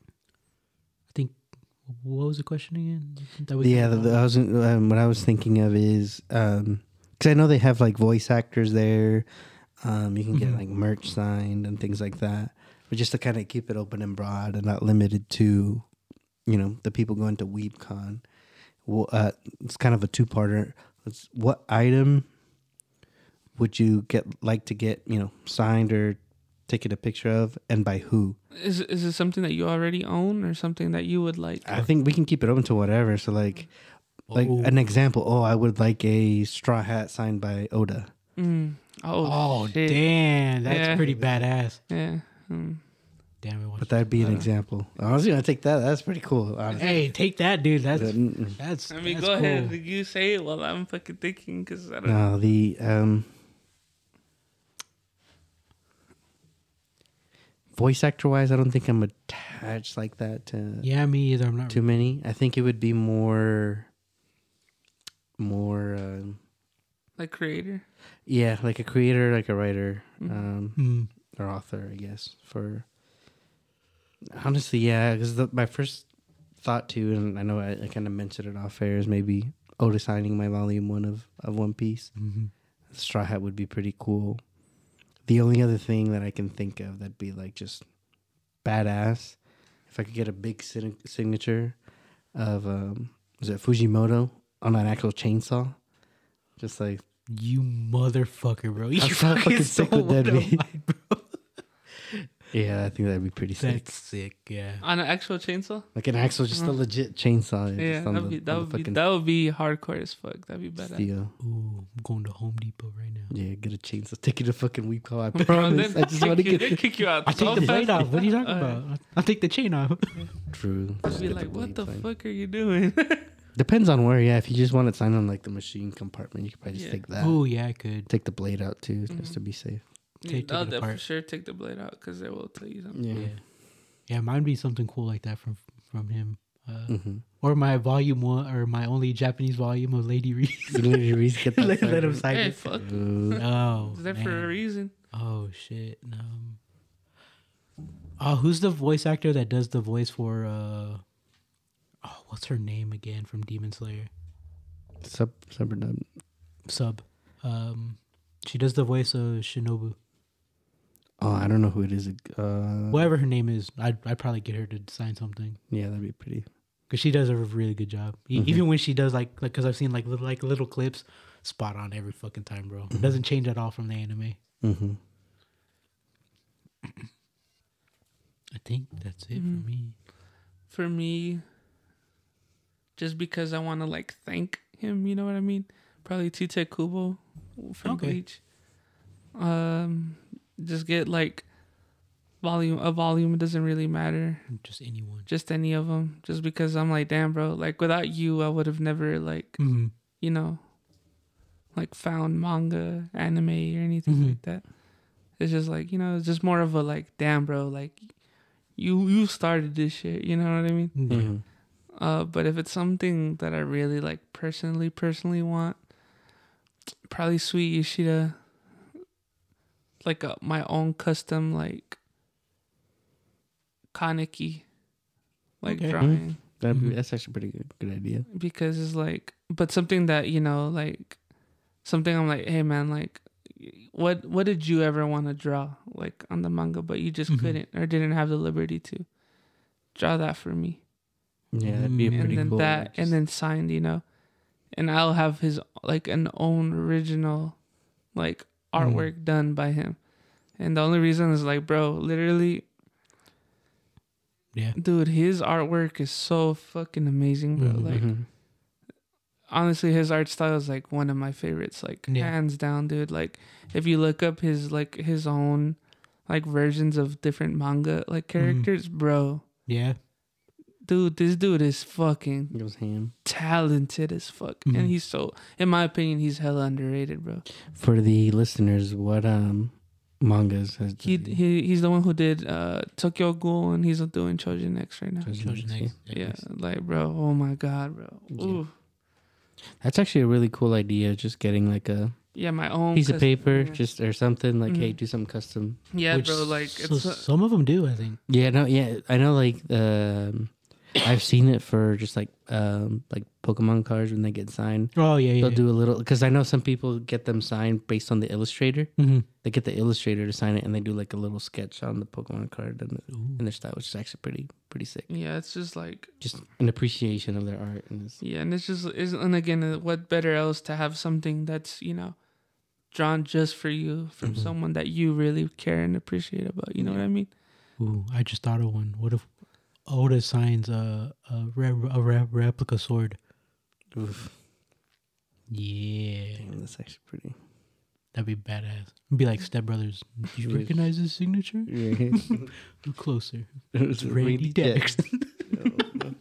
I think what was the question again? That we
yeah,
got
the, the, I was um, what I was thinking of is because I know they have like voice actors there. Um, you can get
Mhm.
like merch signed and things like that, but just to kind of keep it open and broad and not limited to, you know, the people going to WeebCon. Well, uh, it's kind of a two-parter. It's what item would you get like to get you know signed or taken a picture of, and by who?
Is is it something that you already own or something that you would like?
I think we can keep it open to whatever. So like. like
Oh.
an example oh i would like a straw hat signed by oda
Mm. Oh,
Oh,
shit.
damn, that's
Yeah.
pretty badass.
Yeah. Mm.
Damn it.
but that'd be an
Uh.
example i was gonna take that that's pretty cool honestly.
hey, take that dude. That's
Mm-mm.
that's
I mean,
that's
go ahead.
cool.
You say it while I'm fucking thinking because I don't. know.
no the um voice actor wise i don't think i'm attached like that to
Yeah, me either. I'm not
too many i think it would be more more um
Like creator.
yeah like a creator like a writer
Mhm.
um
Hmm.
or author, I guess. For honestly, yeah, because my first thought too, and I know I, I kind of mentioned it off air, is maybe Oda signing my volume one of of One Piece.
Mhm.
Straw Hat would be pretty cool. The only other thing that I can think of that'd be like just badass, if I could get a big sin- signature of um, was it Fujimoto on an actual chainsaw, just like
You motherfucker, bro. You
so fucking sick
stole
with that
one of
beat.
mine, bro.
yeah, I think that'd be pretty sick.
That's sick, yeah.
On an actual chainsaw?
Like an actual, just a
Uh-huh.
legit chainsaw. just
Yeah,
on
that'd be,
the- on
that
the
would be
fucking
that would be hardcore as fuck. That'd be better.
steel.
Ooh, I'm going to Home Depot right now.
Yeah, get a chainsaw. Take you to fucking weep call. I
Bro,
promise.
then
I just want to
kick
get
you, kick you out.
I take
so
the
fast.
blade off. What are you talking
Uh,
about? I take the chain off.
True.
I'd be like, what the fuck are you doing?
Depends on where. Yeah, if you just want it signed on like the machine compartment, you could probably just
Yeah. Mm-hmm.
take that.
Oh yeah, I could.
Take the blade out too, just to be safe.
Take- take
I'll
it
de- for
apart.
sure take the blade out because they will tell you something.
Yeah. yeah, mine be something cool like that from from him. Uh,
Mm-hmm.
Or my volume one, or my only Japanese volume of Lady Reed.
You literally reach- get that
let, let him
signed.
sign
Hey,
it.
fuck.
Ooh.
Oh,
Is that for a
man.
reason?
oh shit. Um, oh, who's the voice actor that does the voice for? uh Oh, what's her name again from Demon Slayer?
Sub, sub, or dub.
sub. Um, she does the voice of Shinobu.
Oh, I don't know who it is. Uh,
Whatever her name is, I'd, I'd probably get her to sign something
Yeah, that'd be pretty.
because she does a really good job. E-
Mhm.
Even when she does like because I've seen like little, like little clips, spot on every fucking time, bro. It Doesn't change at all from the anime.
Mm-hmm.
I think that's it
Mhm.
for me.
For me, just because I want to like thank him, you know what I mean? Probably Tite Kubo from
Okay.
Bleach. Um, just get like volume a volume. It doesn't really matter.
Just anyone.
Just any of them. Just because I'm like, damn, bro. Like without you, I would have never like
Mhm.
you know, like found manga, anime, or anything
Mhm.
like that. It's just like you know, it's just more of a like, damn, bro, like you you started this shit. You know what I mean?
Mm-hmm.
Yeah.
Uh, but if it's something that I really like personally, personally want, probably Sweet Yoshida, like a, my own custom like Kaneki, like
Okay.
drawing
That'd be,
Mhm.
that's actually a pretty good, good idea.
because it's like but something that you know like something i'm like hey man like what what did you ever want to draw like on the manga, but you just
Mhm.
couldn't or didn't have the liberty to draw that for me,
Yeah, that'd be a
Mm.
pretty
Mm-hmm. and then
cool.
that
just-
and then signed, you know, and I'll have his like an own original like
Mhm.
artwork done by him, and the only reason is like, bro, literally,
Yeah.
dude, his artwork is so fucking amazing, bro.
Mhm.
Like
Mhm.
honestly his art style is like one of my favorites like
Yeah.
hands down dude like if you look up his like his own like versions of different manga like characters bro
Yeah.
dude this dude is fucking
it was him
talented as fuck
Mhm.
Mm-hmm.
and he's so in my opinion he's hella underrated bro
for the listeners. What um mangas has
he, he he's the one who did uh tokyo ghoul and he's doing chojin x right now
Chojin
Children
Yeah.
X.
yeah like bro oh my god bro
Yeah.
Ooh.
That's actually a really cool idea. Just getting like a
yeah my own
piece of
custom-
paper,
yeah.
just or something like,
Mhm.
hey, do some custom.
yeah
Which
bro like
so-
it's a-
some of them do, I think.
Yeah, no, yeah, I know. Like, um, I've seen it for just like um, like Pokemon cards when they get signed.
Oh yeah, yeah.
They'll do a little because I know some people get them signed based on the illustrator.
hmm
They get the illustrator to sign it, and they do like a little sketch on the Pokemon card and, and their style, which is actually pretty pretty sick.
yeah it's just like
Just an appreciation of their art, and it's,
Yeah, and it's just is and again, uh, what better else to have something that's you know drawn just for you from
Mhm.
someone that you really care and appreciate about. You know what I mean?
Ooh, I just thought of one. What if Oda signs a a, re- a re- replica sword?
oof,
Yeah,
damn, that's actually pretty.
that'd be badass. Be like Step Brothers. Do you
Yes.
recognize this signature?
Yeah.
Look closer.
it's
Randy Dex.
Oh,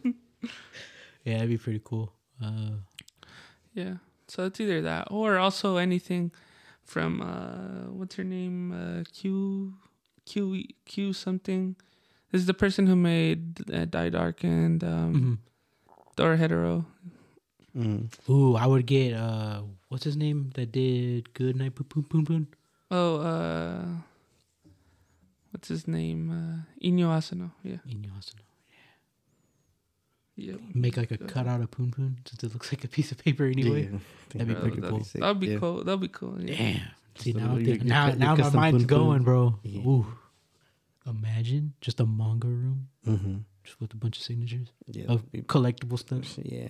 Yeah, that'd be pretty cool. Uh,
Yeah. So it's either that or also anything from uh what's her name uh Q Q Q something. This is the person who made uh, Die Dark and um
Mm-hmm.
Dora Hetero.
no. Mm.
Ooh, I would get uh, what's his name that did Good Night Poop Poop Poop Poop?
Oh, uh what's his name? Uh Inyo Asano. Yeah.
Inuyasha.
Yeah.
Make like a cutout of Poon Poon since it looks like a piece of paper anyway.
Yeah, I think
That'd be
that
Bro,
pretty
would
that'd-
cool.
sick,
That'd be
yeah.
cool. That'd be cool. Yeah.
Damn. See
the
now,
little-
thi-
your- your
now,
cu-
now
your
my
custom
mind's
Poon Poon.
going, bro.
Yeah.
Ooh, imagine just a manga room
Mm-hmm.
just with a bunch of signatures
Yeah,
of
that'd be-
collectible stuff.
yeah,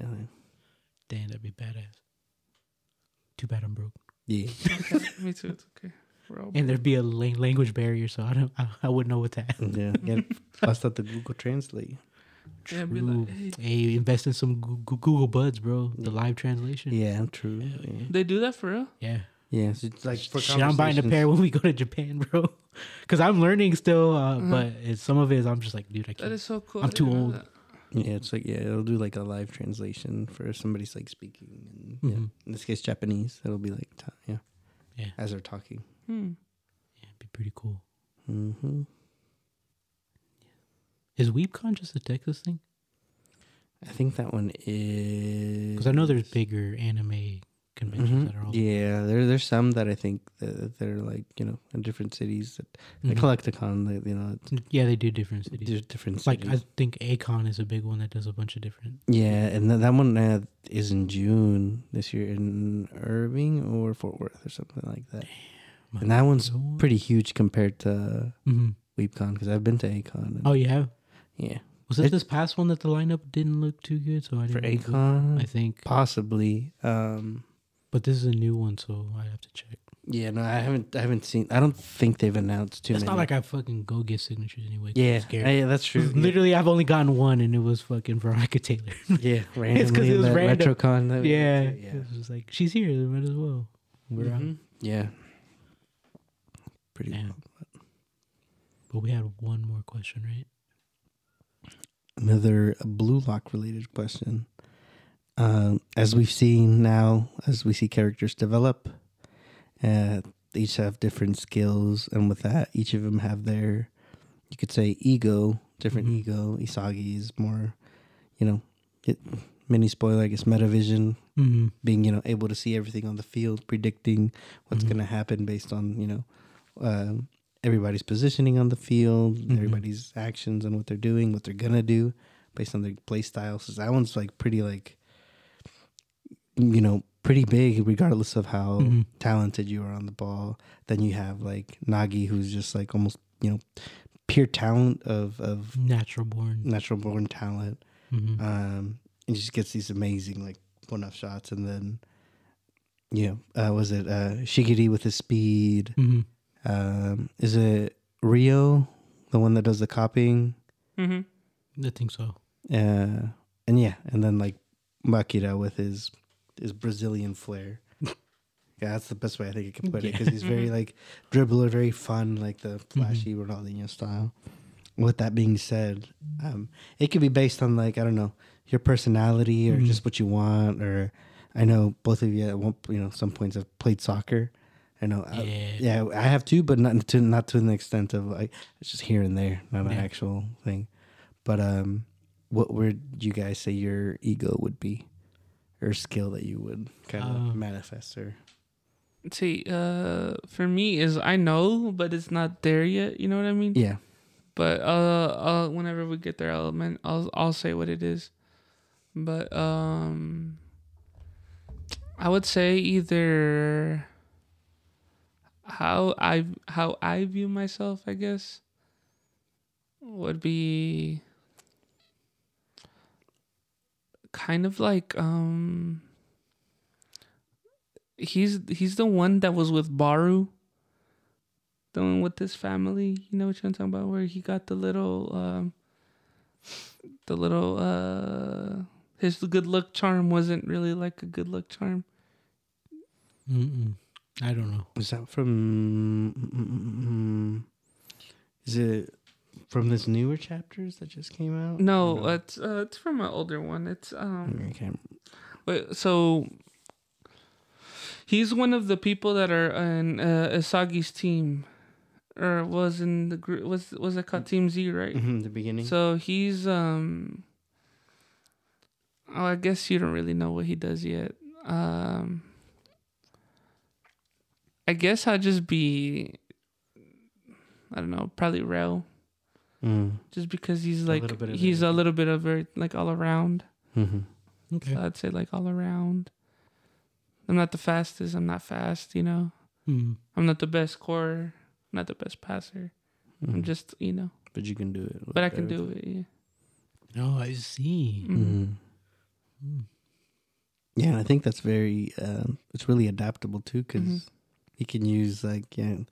Damn, that'd be badass. Too bad I'm broke.
yeah.
Me too. It's okay. We're all
And there'd be a lang- language barrier, so I don't, I, I wouldn't know what to ask.
Yeah, yeah. Bust out the Google Translate.
Yeah, be like,
True.
hey.
Hey, invest in some Goo- Goo- Google Buds, bro. The live translation.
Yeah, true. Yeah,
They do that for real?
yeah.
yeah so it's like for
Shit, I'm buying a
conversations.
pair when we go to Japan, bro. Because I'm learning still, uh, but it's, some of it is I'm just like, dude, I
Mm-hmm. That
can't.
is so cool.
I'm
I didn't
too
know
old.
that.
Yeah, it's like yeah, it'll do like a live translation for somebody's like speaking, and yeah,
Mhm.
in this case Japanese. It'll be like ta- yeah,
Yeah.
as they're talking.
Hmm.
Yeah, it'd be pretty cool.
hmm
Is WeebCon just a Texas thing?
I think that one is
Because I know there's bigger anime conventions
Mhm.
that are all.
Yeah, there there's some that I think that they're like you know in different cities that
Mhm.
like Collecticon, they, you know, it's
Yeah, they do different cities.
there's different
like
cities.
I think Akon is a big one that does a bunch of different.
Yeah, and th- that one uh, is in June this year in Irving or Fort Worth or something like that. And that one's pretty huge compared to
hmm
WeepCon because I've been to Acon.
Oh, you have?
yeah,
Was it
It-
this past one that the lineup didn't look too good? So I
for
didn't go, I
Acon,
think.
possibly. Um,
Hmm. But this is a new one, so I have to check.
yeah, no, I haven't. I haven't seen. I don't think they've announced too
It's
many.
not like I fucking go get signatures anyway. 'cause I'm
yeah,
scared.
I- yeah, that's true.
Literally, I've only gotten one, and it was fucking Veronica Taylor.
yeah, randomly
It's 'cause it
in
was
that
random.
RetroCon. that we
yeah, Mm-hmm.
went to,
it was just like she's here. Might as well. Mm-hmm. We're
yeah,
out.
Mhm. yeah. Pretty.
Damn.
wild.
But we had one more question, right?
another blue lock related question um, as we've seen now as we see characters develop uh, they each have different skills and with that each of them have their you could say ego different
Mhm.
ego isagi is more you know it, mini spoiler i guess metavision
Mm-hmm.
being you know able to see everything on the field predicting what's
Mhm.
going to happen based on you know um everybody's positioning on the field
Mhm.
everybody's actions and what they're doing what they're going to do based on their play style so that one's like pretty like you know pretty big, regardless of how
Mhm.
talented you are on the ball. Then you have like Nagi, who's just like almost you know pure talent of of
Natural born.
natural born talent.
Mhm.
Um, and just gets these amazing like one off shots, and then you know uh, was it uh, Shigiri with his speed?
Mhm.
Um, is it Rio, the one that does the copying?
Mm-hmm.
I think so.
Uh, and yeah, and then like Makira with his his Brazilian flair. yeah, that's the best way I think I can put it
Yeah.
because he's very like dribbler, very fun, like the flashy Ronaldinho style. With that being said, um, it could be based on like I don't know your personality or
Mhm.
just what you want. Or I know both of you at one you know some points have played soccer. I know I-
Yeah.
uh, yeah, I have too, but not to not to an extent of like it's just here and there, not an
Yeah.
actual thing. But um, what would you guys say your ego would be, or skill that you would kind of
Uh,
manifest or
See, uh, for me is I know, but it's not there yet. You know what I mean?
yeah,
But uh, uh whenever we get there, I'll men- I'll I'll say what it is. But um, I would say either how I how I view myself, I guess, would be kind of like um. He's he's the one that was with Baru the one with this family. You know what I'm talking about? Where he got the little, um, the little, uh, his good luck charm wasn't really like a good luck charm.
Mm-mm. I don't know.
is that from? mm, mm, mm, mm, Is it from this newer chapters that just came out?
No,
Or
it's uh, it's from an older one. It's um,
I can't.
wait, so he's one of the people that are in uh, Isagi's team, or was in the group. Was was it called Team Z? Right.
Mhm, the beginning.
So he's um Oh, I guess you don't really know what he does yet. Um I guess I'll just be I don't know, probably Rel.
mm.
Just because he's
A
like
little bit of
he's a
everything.
little bit of very like all around.
hmm
Okay.
So I'd say like all around. I'm not the fastest, I'm not fast, you know.
Mm.
I'm not the best scorer, not the best passer.
Mm-hmm.
I'm just you know.
but you can do it.
But I can do it, yeah.
Oh, I see.
Mhm.
Mm-hmm.
Mm.
Yeah, and I think that's very. Um, it's really adaptable too, because
Mhm.
you can use like you know,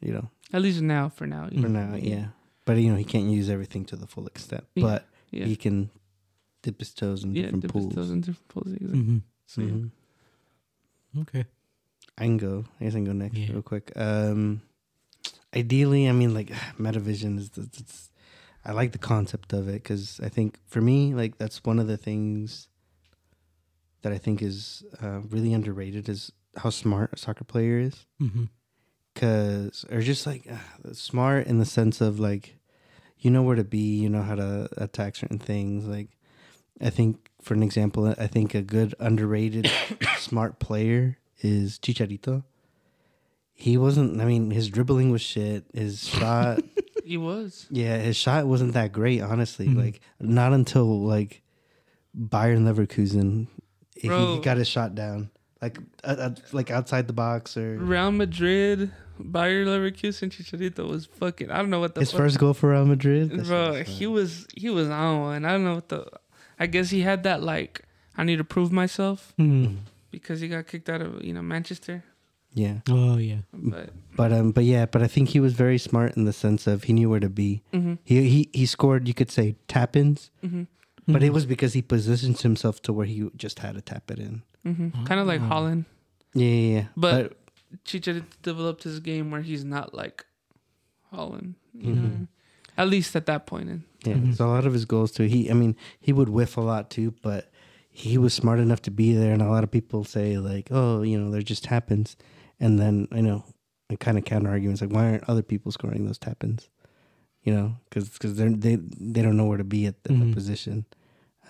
you know
At least now for now. you
for
know.
now, yeah. But you know, he can't use everything to the full extent.
Yeah,
But
yeah.
he can dip his toes in
yeah,
different
dip his
pools.
toes in different pools. Exactly.
Mhm.
So, yeah.
Mhm.
Mm-hmm. Okay.
I can go. I guess I can go next
Yeah.
real quick. Um, ideally, I mean, like metavision is. The, it's, I like the concept of it because I think for me, like that's one of the things that I think is uh, really underrated is how smart a soccer player is.
Mm-hmm.
cause or just like uh, smart in the sense of like you know where to be you know how to attack certain things like i think for an example i think a good underrated smart player is chicharito he wasn't i mean his dribbling was shit his shot
He was.
yeah his shot wasn't that great honestly
Mhm.
like not until like Bayern Leverkusen he, he
Bro.
got his shot down like uh, uh, like outside the box or
Real Madrid, Bayer Leverkusen, Chicharito was fucking. I don't know what the
his
fuck-
first goal for Real Madrid. That shit
bro.
was
he
fun.
was he was on one. I don't know what the. I guess he had that like I need to prove myself
Hmm.
because he got kicked out of you know Manchester.
yeah,
Oh, yeah.
But
but um, but yeah, but I think he was very smart in the sense of he knew where to be.
hmm
He he he scored. You could say tap ins,
hmm
but
Mm-hmm.
it was because he positioned himself to where he just had to tap it in.
hmm kind of like
Ah.
Holland.
Yeah, yeah, yeah.
But- Chicharito developed his game where he's not like Holland. You know,
Mhm.
at least at that point. In
yeah,
Mhm.
so a lot of his goals too. He, I mean, he would whiff a lot too, but he was smart enough to be there. And a lot of people say like, oh, you know, they're just tap ins, and then I know I kind of counter arguments like, why aren't other people scoring those tap ins? You know, because they're they they don't know where to be at, at
Mhm.
the position.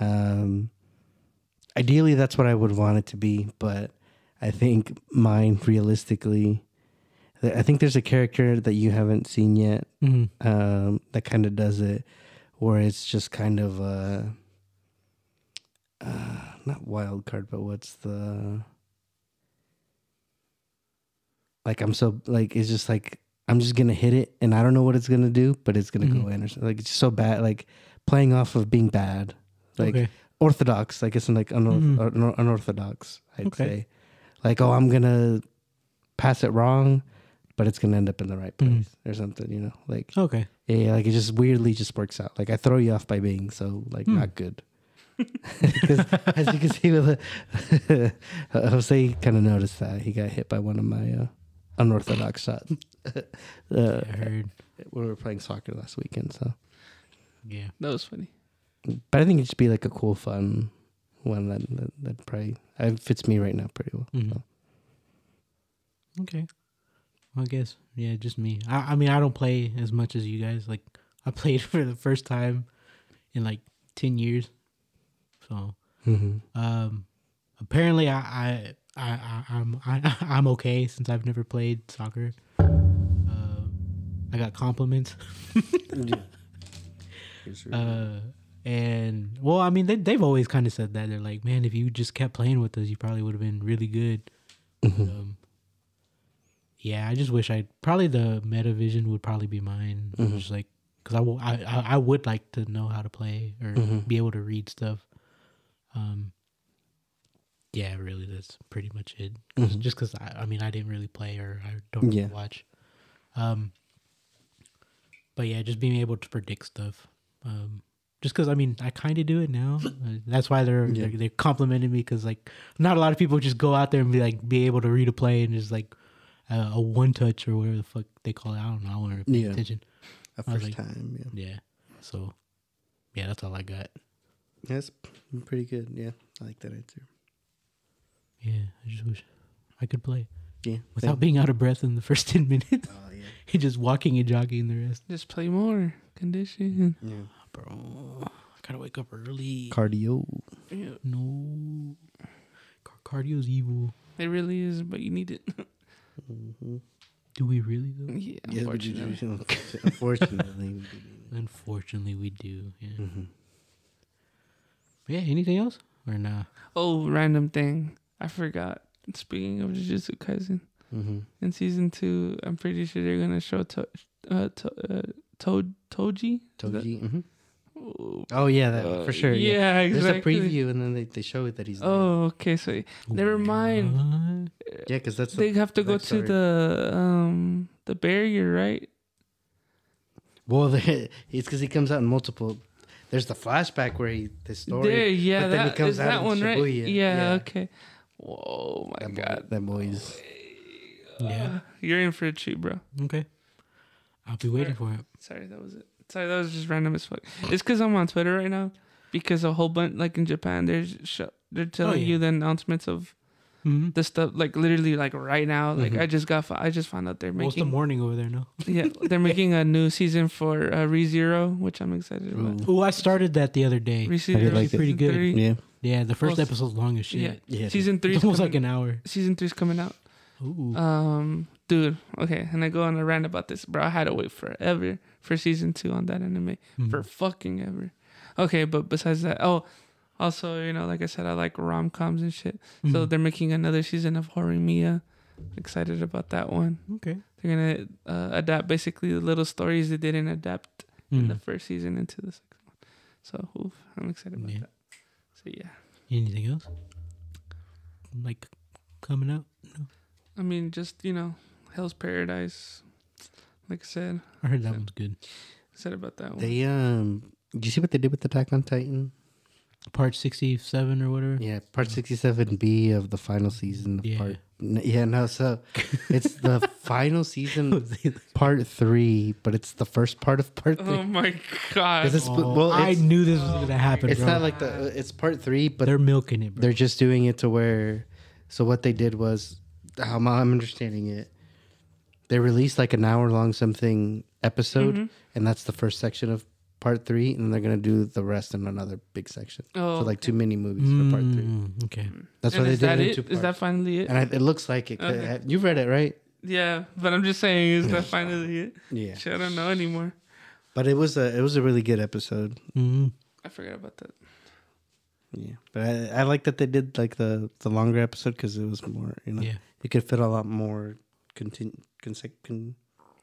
Um, ideally, that's what I would want it to be, but I think mine realistically. I think there's a character that you haven't seen yet
Mm-hmm.
um, that kind of does it, where it's just kind of uh, uh, not wild card, but what's the like I'm so like it's just like I'm just gonna hit it and I don't know what it's gonna do, but it's gonna go
Mhm.
in or something. Like it's just so bad, like playing off of being bad, like
okay.
orthodox. Like it's like unor-
Mhm.
unor- unorthodox. I'd
Okay.
say, like oh, I'm gonna pass it wrong, but it's gonna end up in the right place
Mhm.
or something. You know, like
Okay.
yeah, like it just weirdly just works out. Like I throw you off by being so like
Hmm.
not good. Because as you can see, with the, Jose kind of noticed that he got hit by one of my uh, unorthodox shots.
I
uh,
heard.
when we were playing soccer last weekend. So,
Yeah.
That was funny.
but I think it should be like a cool, fun one that that, that probably uh, fits me right now pretty well.
Mhm. Okay. Well, I guess yeah, just me. I, I mean, I don't play as much as you guys. Like, I played for the first time in like ten years. So,
Mhm.
um, apparently, I I, I, I I'm I, I'm okay since I've never played soccer. Uh, I got compliments. Uh, and well, I mean, they they've always kind of said that they're like, man, if you just kept playing with us, you probably would have been really good.
Mhm.
Um, yeah, I just wish I probably the Metavision would probably be mine.
Mhm.
Just like because I, w- I I- I would like to know how to play or
Mhm.
be able to read stuff. Um. Yeah, really, that's pretty much it. 'Cause-
Mhm.
Just because I, I mean, I didn't really play or I don't really
Yeah.
watch. Um. But yeah, just being able to predict stuff. Um. Just because I mean, I kind of do it now. Uh, That's why they're,
Yeah.
they're they complimented me because like not a lot of people just go out there and be like be able to read a play and just like uh, a one touch or whatever the fuck they call it. I don't know. I wasn't paying
Yeah.
attention.
A
I was
first
like-
time, yeah.
Yeah. So yeah, that's all I got.
That's pretty good. Yeah, I like that answer.
Yeah, I just wish I could play
Yeah,
without being out of breath in the first ten minutes
Oh yeah,
and just walking and jogging the rest.
Just play more condition.
yeah.
Oh, Bro, I gotta wake up early.
Cardio.
Yeah,
no, Car- cardio's evil.
it really is, but you need it.
Mm-hmm.
Do we really though?
yeah,
Yeah, but you-
unfortunately.
unfortunately.
Unfortunately, we do. Yeah.
Mhm.
Hmm. Yeah. Anything else or nah?
Oh, random thing. I forgot. Speaking of Jujutsu Kaisen,
Mhm.
in season two, I'm pretty sure they're gonna show to, uh, to, uh, to- Toji. Is that-
Toji. Mhm.
Oh,
Oh yeah, that,
uh,
for sure. Yeah,
Yeah,
there's
exactly.
a preview, and then they, they show it that he's. there.
Oh, okay. So Never mind.
yeah, because that's
they
the,
have to go
Next
to
story.
the um the barrier, right?
well, the, it's because he comes out in multiple. There's the flashback where he the story.
There, yeah,
but then he
that
comes
is
out
that
in
one, right? Yeah,
Shibuya. Yeah.
okay. Whoa, my
that boy-
God. uh,
that boy's.
Yeah.
You're in for a treat, bro.
What? Okay. I'll be waiting for it.
Sorry, that was it. Sorry, that was just random as fuck. It's because I'm on Twitter right now. Because a whole bunch, like in Japan, they're sh- they're telling
Oh, yeah.
you the announcements of
Mm-hmm.
the stuff, like literally, like right now. Like
Mhm.
I just got, fi- I just found out they're
What's the
making,
morning over there now?
yeah, they're making a new season for uh, ReZero, which I'm excited about.
Ooh.
Oh, I started that the other day.
ReZero,
like it?
season
Pretty good.
Three,
Yeah,
Yeah, the first
Also-
episode's long as shit.
yeah,
yeah.
season three.
It's almost like an hour.
season three's coming out.
Ooh.
Um, dude, okay, and I go on a rant about this, bro. I had to wait forever for season two on that anime
Mhm.
for fucking ever. Okay, but besides that, oh, also you know, like I said, I like rom coms and shit. So
Mm-hmm.
Mhm.
they're making another season of Horimiya. Excited about that one.
okay.
They're gonna uh, adapt basically the little stories they didn't adapt in
Hmm.
Mm.
the first season into the second one. So oof, I'm excited about
Yeah.
that. So yeah,
Anything else? Like coming out?
I mean, just you know, Hell's Paradise. Like I said,
I heard that one's good.
said about that one.
They um. Did you see what they did with Attack on Titan?
Part 67 or whatever.
Yeah, part sixty-seven B of the final season. Of
Yeah.
Part. n- Yeah, no. So it's the final season, part three, but it's the first part of part three.
Oh my
'Cause
god.
it's-
Oh,
well,
I
it's-
knew this was going to happen,
It's
bro.
not like the. It's part three, but
they're milking it, bro.
they're just doing it to where. So what they did was, how I'm understanding it, they released like an hour long something episode,
Mm-hmm.
and that's the first section of part three, and they're gonna do the rest in another big section.
Oh,
so like two mini movies for part three.
Mm, okay.
That's
and
why they
is
did
that
it in
it?
two
Is that
parts.
finally it?
and I, it looks like it. could-
Okay.
You've read it, right?
yeah, but I'm just saying, is that finally it?
Yeah.
Shit, I don't know anymore.
But it was a it was a really good episode.
Mm.
I forgot about that.
Yeah. But I, I like that they did like the the longer episode because it was more you know
Yeah.
you could fit a lot more continu- conse- con-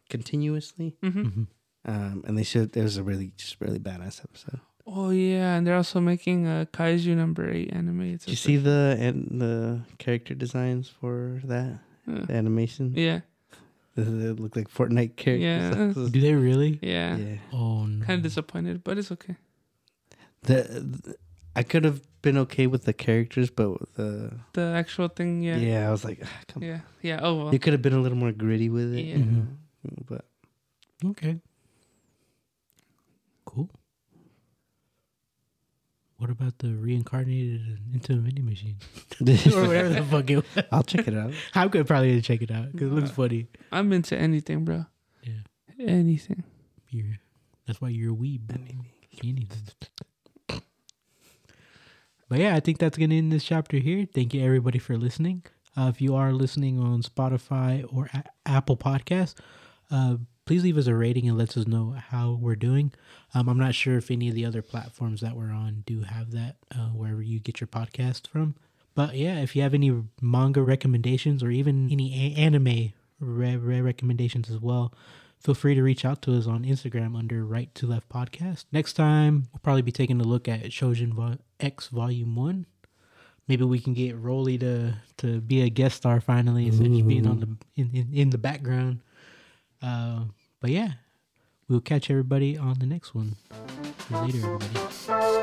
continuously.
Mm-hmm.
Mhm.
Um, and they should. It was a really just really badass episode.
Oh yeah, and they're also making a Kaiju number eight anime. It's
Did you
also-
see the and the character designs for that
Uh,
the animation?
yeah,
They look like Fortnite
Yeah.
characters.
Do they really?
yeah.
yeah.
Oh no.
Kind of disappointed, but it's okay.
The, th- I could have been okay with the characters, but with the
The actual thing,
yeah,
yeah, yeah,
I was like, "Ah, come
yeah. Oh well.
on. You could have been a little more gritty with it.
Yeah.
you
Mhm.
know? But
Okay. Cool. What about the reincarnated into a mini machine or whatever the fuck it? Was.
I'll check it out. Uh,
I could probably need to check it out because it looks funny.
I'm into anything, bro.
Yeah.
Anything.
You're, that's why you're a weeb. Anything. But yeah, I think that's gonna end this chapter here. Thank you everybody for listening. Uh, if you are listening on Spotify or a- Apple Podcasts, uh, please leave us a rating and let us know how we're doing. Um, I'm not sure if any of the other platforms that we're on do have that uh, wherever you get your podcast from. But yeah, if you have any manga recommendations or even any a- anime re- re- recommendations as well, feel free to reach out to us on Instagram under Right to Left Podcast. Next time, we'll probably be taking a look at Shojin Vo- X Volume 1. Maybe we can get Rolly to, to be a guest star finally instead of just being on the in, in, in the background. Uh, but yeah, we'll catch everybody on the next one. Later, everybody.